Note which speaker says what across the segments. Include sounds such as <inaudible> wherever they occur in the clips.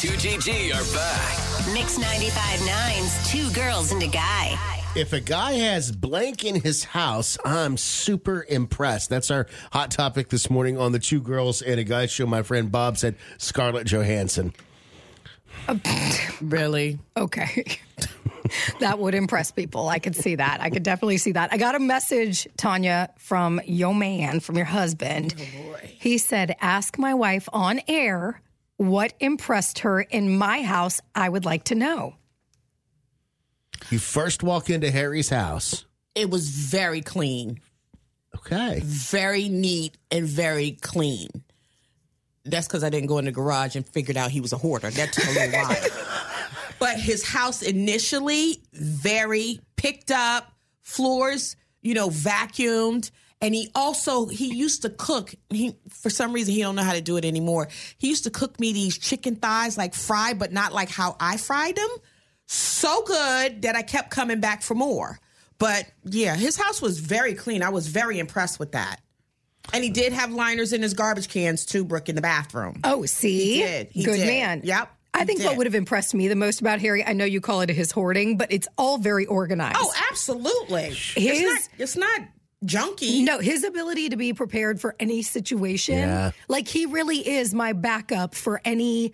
Speaker 1: 2GG are back.
Speaker 2: Mix 95.9's Two Girls and a Guy.
Speaker 3: If a guy has blank in his house, I'm super impressed. That's our hot topic this morning on the Two Girls and a Guy show. My friend Bob said Scarlett Johansson.
Speaker 4: Really?
Speaker 5: Okay. <laughs> that would impress people. I could see that. I could definitely see that. I got a message, Tanya, from your man, from your husband.
Speaker 4: Oh,
Speaker 5: He said, Ask my wife on air what impressed her in my house. I would like to know.
Speaker 3: You first walk into Harry's house.
Speaker 4: It was very clean,
Speaker 3: Okay.
Speaker 4: very neat, and very clean. That's because I didn't go in the garage and figured out he was a hoarder. That took a little while. But his house initially, very picked up, floors, you know, vacuumed. And he also he used to cook. He for some reason he don't know how to do it anymore. He used to cook me these chicken thighs like fried, but not like how I fried them. so good that I kept coming back for more. But yeah, his house was very clean. I was very impressed with that. And he did have liners in his garbage cans too, Brooke, in the bathroom.
Speaker 5: Oh, see?
Speaker 4: He did. He
Speaker 5: Good
Speaker 4: did.
Speaker 5: man.
Speaker 4: Yep.
Speaker 5: I
Speaker 4: He
Speaker 5: think
Speaker 4: did.
Speaker 5: what would have impressed me the most about Harry, I know you call it his hoarding, but it's all very organized.
Speaker 4: Oh, absolutely.
Speaker 5: His-
Speaker 4: it's not, it's not junky.
Speaker 5: No, his ability to be prepared for any situation. Like he really is my backup for any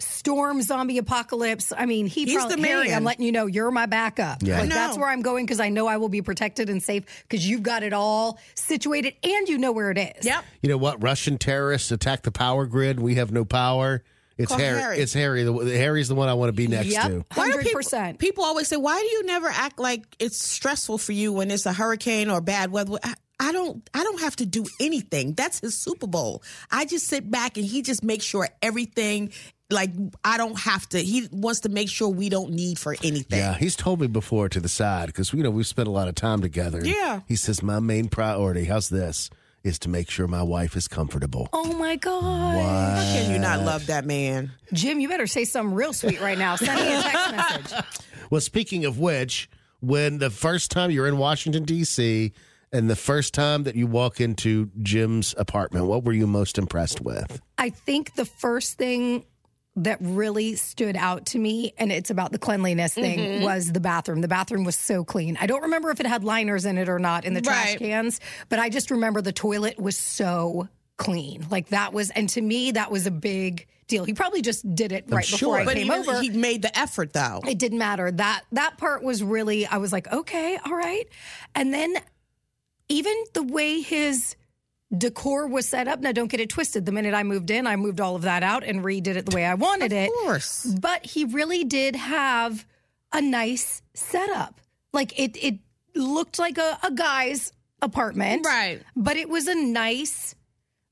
Speaker 5: storm, zombie apocalypse. I mean, he
Speaker 4: He's
Speaker 5: probably
Speaker 4: the
Speaker 5: Harry,
Speaker 4: man.
Speaker 5: I'm letting you know you're my backup.
Speaker 3: Yeah.
Speaker 5: Like
Speaker 4: I
Speaker 5: that's
Speaker 4: know.
Speaker 5: where I'm going because I know I will be protected and safe because you've got it all situated and you know where it is.
Speaker 4: Yep.
Speaker 3: You know what? Russian terrorists attack the power grid. We have no power. It's
Speaker 4: Call
Speaker 3: Harry.
Speaker 4: Harry.
Speaker 3: It's Harry. The, Harry's the one I want to be next
Speaker 5: Yep.
Speaker 3: to.
Speaker 4: Why do People,
Speaker 5: 100%.
Speaker 4: people always say, why do you never act like it's stressful for you when it's a hurricane or bad weather? I, I don't I don't have to do anything. That's his Super Bowl. I just sit back and he just makes sure everything like I don't have to he wants to make sure we don't need for anything.
Speaker 3: Yeah, he's told me before to the side because you know we've spent a lot of time together.
Speaker 4: Yeah.
Speaker 3: he says my main priority. How's this? Is to make sure my wife is comfortable.
Speaker 5: Oh my God.
Speaker 4: How can you not love that man?
Speaker 5: Jim, you better say something real sweet right now. Send me a
Speaker 4: <laughs>
Speaker 5: text message.
Speaker 3: Well, speaking of which, when the first time you're in Washington D.C. and the first time that you walk into Jim's apartment, what were you most impressed with?
Speaker 5: I think the first thing that really stood out to me, and it's about the cleanliness thing,
Speaker 4: Mm-hmm.
Speaker 5: was the bathroom. The bathroom was so clean. I don't remember if it had liners in it or not in the trash
Speaker 4: Right.
Speaker 5: cans, but I just remember the toilet was so clean. Like that was, and to me, that was a big deal. He probably just did it right
Speaker 3: sure.
Speaker 5: before I
Speaker 4: But
Speaker 5: came
Speaker 4: even
Speaker 5: over.
Speaker 4: he made the effort though.
Speaker 5: it didn't matter. That that part was really I was like, okay, all right. And then even the way his decor was set up, now don't get it twisted. The minute I moved in, I moved all of that out and redid it the way I wanted it.
Speaker 4: Of course.
Speaker 5: But he really did have a nice setup. Like it it looked like a, a guy's apartment.
Speaker 4: Right.
Speaker 5: But it was a nice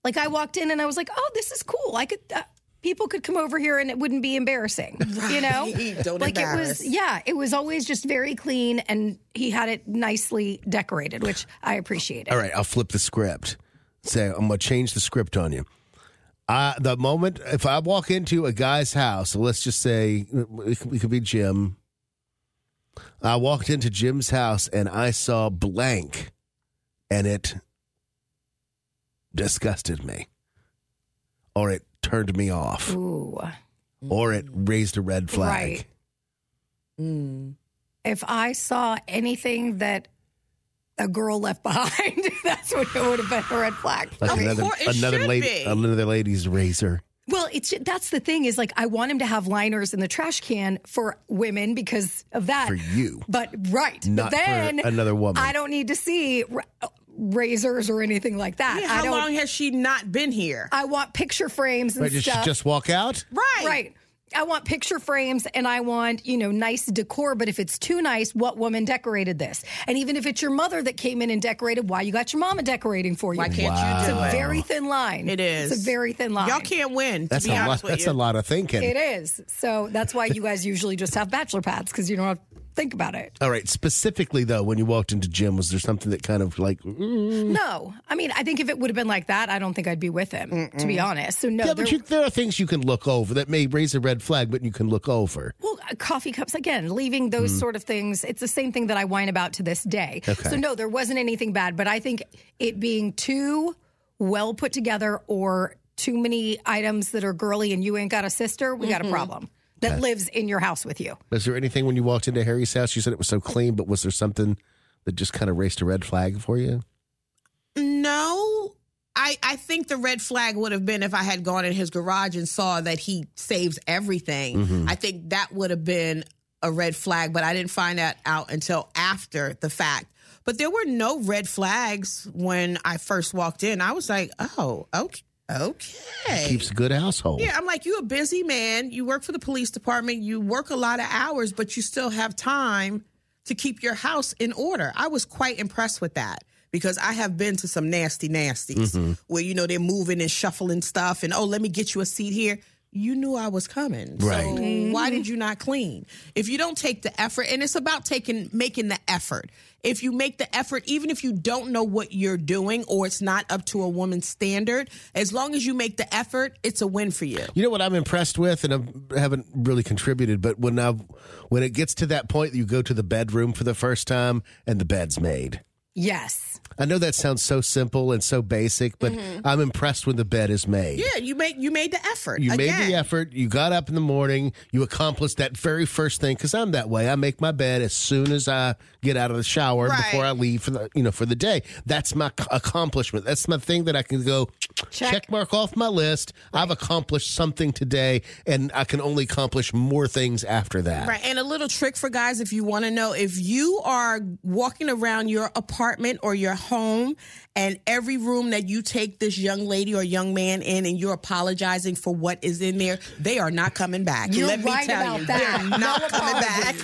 Speaker 5: like I walked in and I was like, "Oh, this is cool. I could uh, people could come over here and it wouldn't be embarrassing."
Speaker 4: <laughs>
Speaker 5: You know?
Speaker 4: Ah, Don't
Speaker 5: like it
Speaker 4: embarrass.
Speaker 5: was yeah it was always just very clean and he had it nicely decorated which i appreciated
Speaker 3: All right, I'll flip the script. Say I'm gonna change the script on you. I, the moment if I walk into a guy's house, let's just say it could- it could be Jim. I walked into Jim's house and I saw blank, and it disgusted me, or it turned me off,
Speaker 5: ooh
Speaker 4: Mm.
Speaker 3: or it raised a red flag.
Speaker 5: Right.
Speaker 4: Mm.
Speaker 5: if i saw anything that a girl left <laughs> behind that's what it would have been a red flag
Speaker 3: Like
Speaker 4: Of
Speaker 3: another
Speaker 4: course, it
Speaker 3: another
Speaker 4: should
Speaker 3: lady
Speaker 4: be.
Speaker 3: another lady's razor.
Speaker 5: well it's that's the thing is like i want him to have liners in the trash can for women because of that
Speaker 3: For
Speaker 4: Uh,
Speaker 3: you.
Speaker 5: but right
Speaker 3: Not for
Speaker 5: but then
Speaker 3: another woman.
Speaker 5: i don't need to see ra- uh, razors or anything like that
Speaker 4: Yeah,
Speaker 5: i
Speaker 4: how
Speaker 5: don't
Speaker 4: long has she not been here?
Speaker 5: i want picture frames and
Speaker 3: Right, just,
Speaker 5: stuff
Speaker 3: just walk out.
Speaker 4: right.
Speaker 5: Right. I want picture frames and I want, you know, nice decor. But if it's too nice, what woman decorated this? And even if it's your mother that came in and decorated, why you got your mama decorating for you?
Speaker 4: Why can't you do
Speaker 5: it's a
Speaker 4: it?
Speaker 5: very thin line.
Speaker 4: It is.
Speaker 5: It's a very thin line.
Speaker 4: Y'all can't win. To
Speaker 3: That's
Speaker 4: be
Speaker 3: a lot.
Speaker 4: honest with
Speaker 3: That's
Speaker 4: you.
Speaker 3: a lot of thinking.
Speaker 5: It is. So that's why you guys usually just have bachelor pads because you don't have to think about it.
Speaker 3: All right. Specifically, though, when you walked into Jim, was there something that kind of like? Mm.
Speaker 5: No. I mean, I think if it would have been like that, I don't think I'd be with him, to be honest. So no.
Speaker 3: Yeah,
Speaker 5: there-
Speaker 3: but you, there are things you can look over that may raise a red flag, but you can look over.
Speaker 5: Well, uh, coffee cups again, leaving those sort of things. It's the same thing that I whine about to this day.
Speaker 3: Okay.
Speaker 5: So no, there wasn't anything bad, but I think it being too well put together or too many items that are girly and you ain't got a sister, we got a problem that lives in your house with you.
Speaker 3: Was there anything when you walked into Harry's house? You said it was so clean, but was there something that just kind of raised a red flag for you?
Speaker 4: No. I, I think the red flag would have been if I had gone in his garage and saw that he saves everything.
Speaker 3: Mm-hmm.
Speaker 4: I think that would have been a red flag, but I didn't find that out until after the fact. But there were no red flags when I first walked in. I was like, oh, okay. okay.
Speaker 3: Keeps a good household.
Speaker 4: Yeah, I'm like, you a busy man. You work for the police department. You work a lot of hours, but you still have time to keep your house in order. I was quite impressed with that because I have been to some nasty nasties where, you know, they're moving and shuffling stuff and, oh, let me get you a seat here. You knew I was coming.
Speaker 3: Right.
Speaker 4: So why did you not clean? If you don't take the effort, and it's about taking making the effort. If you make the effort, even if you don't know what you're doing or it's not up to a woman's standard, as long as you make the effort, it's a win for you.
Speaker 3: You know what I'm impressed with, and I haven't really contributed, but when I when it gets to that point, that you go to the bedroom for the first time, and the bed's made.
Speaker 5: Yes.
Speaker 3: I know that sounds so simple and so basic, but
Speaker 4: Mm-hmm.
Speaker 3: I'm impressed when the bed is made.
Speaker 4: Yeah, you made you made the effort.
Speaker 3: You made
Speaker 4: Again,
Speaker 3: the effort. You got up in the morning. You accomplished that very first thing because I'm that way. I make my bed as soon as I get out of the shower
Speaker 4: Right.
Speaker 3: before I leave for the you know for the day. That's my c- accomplishment. That's my thing that I can go check, mark off my list. I've accomplished something today, and I can only accomplish more things after that.
Speaker 4: Right, and a little trick for guys if you want to know if you are walking around your apartment or your home and every room that you take this young lady or young man in and you're apologizing for what is in there, they are not coming back.
Speaker 5: You're
Speaker 4: Let me
Speaker 5: right
Speaker 4: tell
Speaker 5: about
Speaker 4: you,
Speaker 5: that.
Speaker 4: they're not coming back.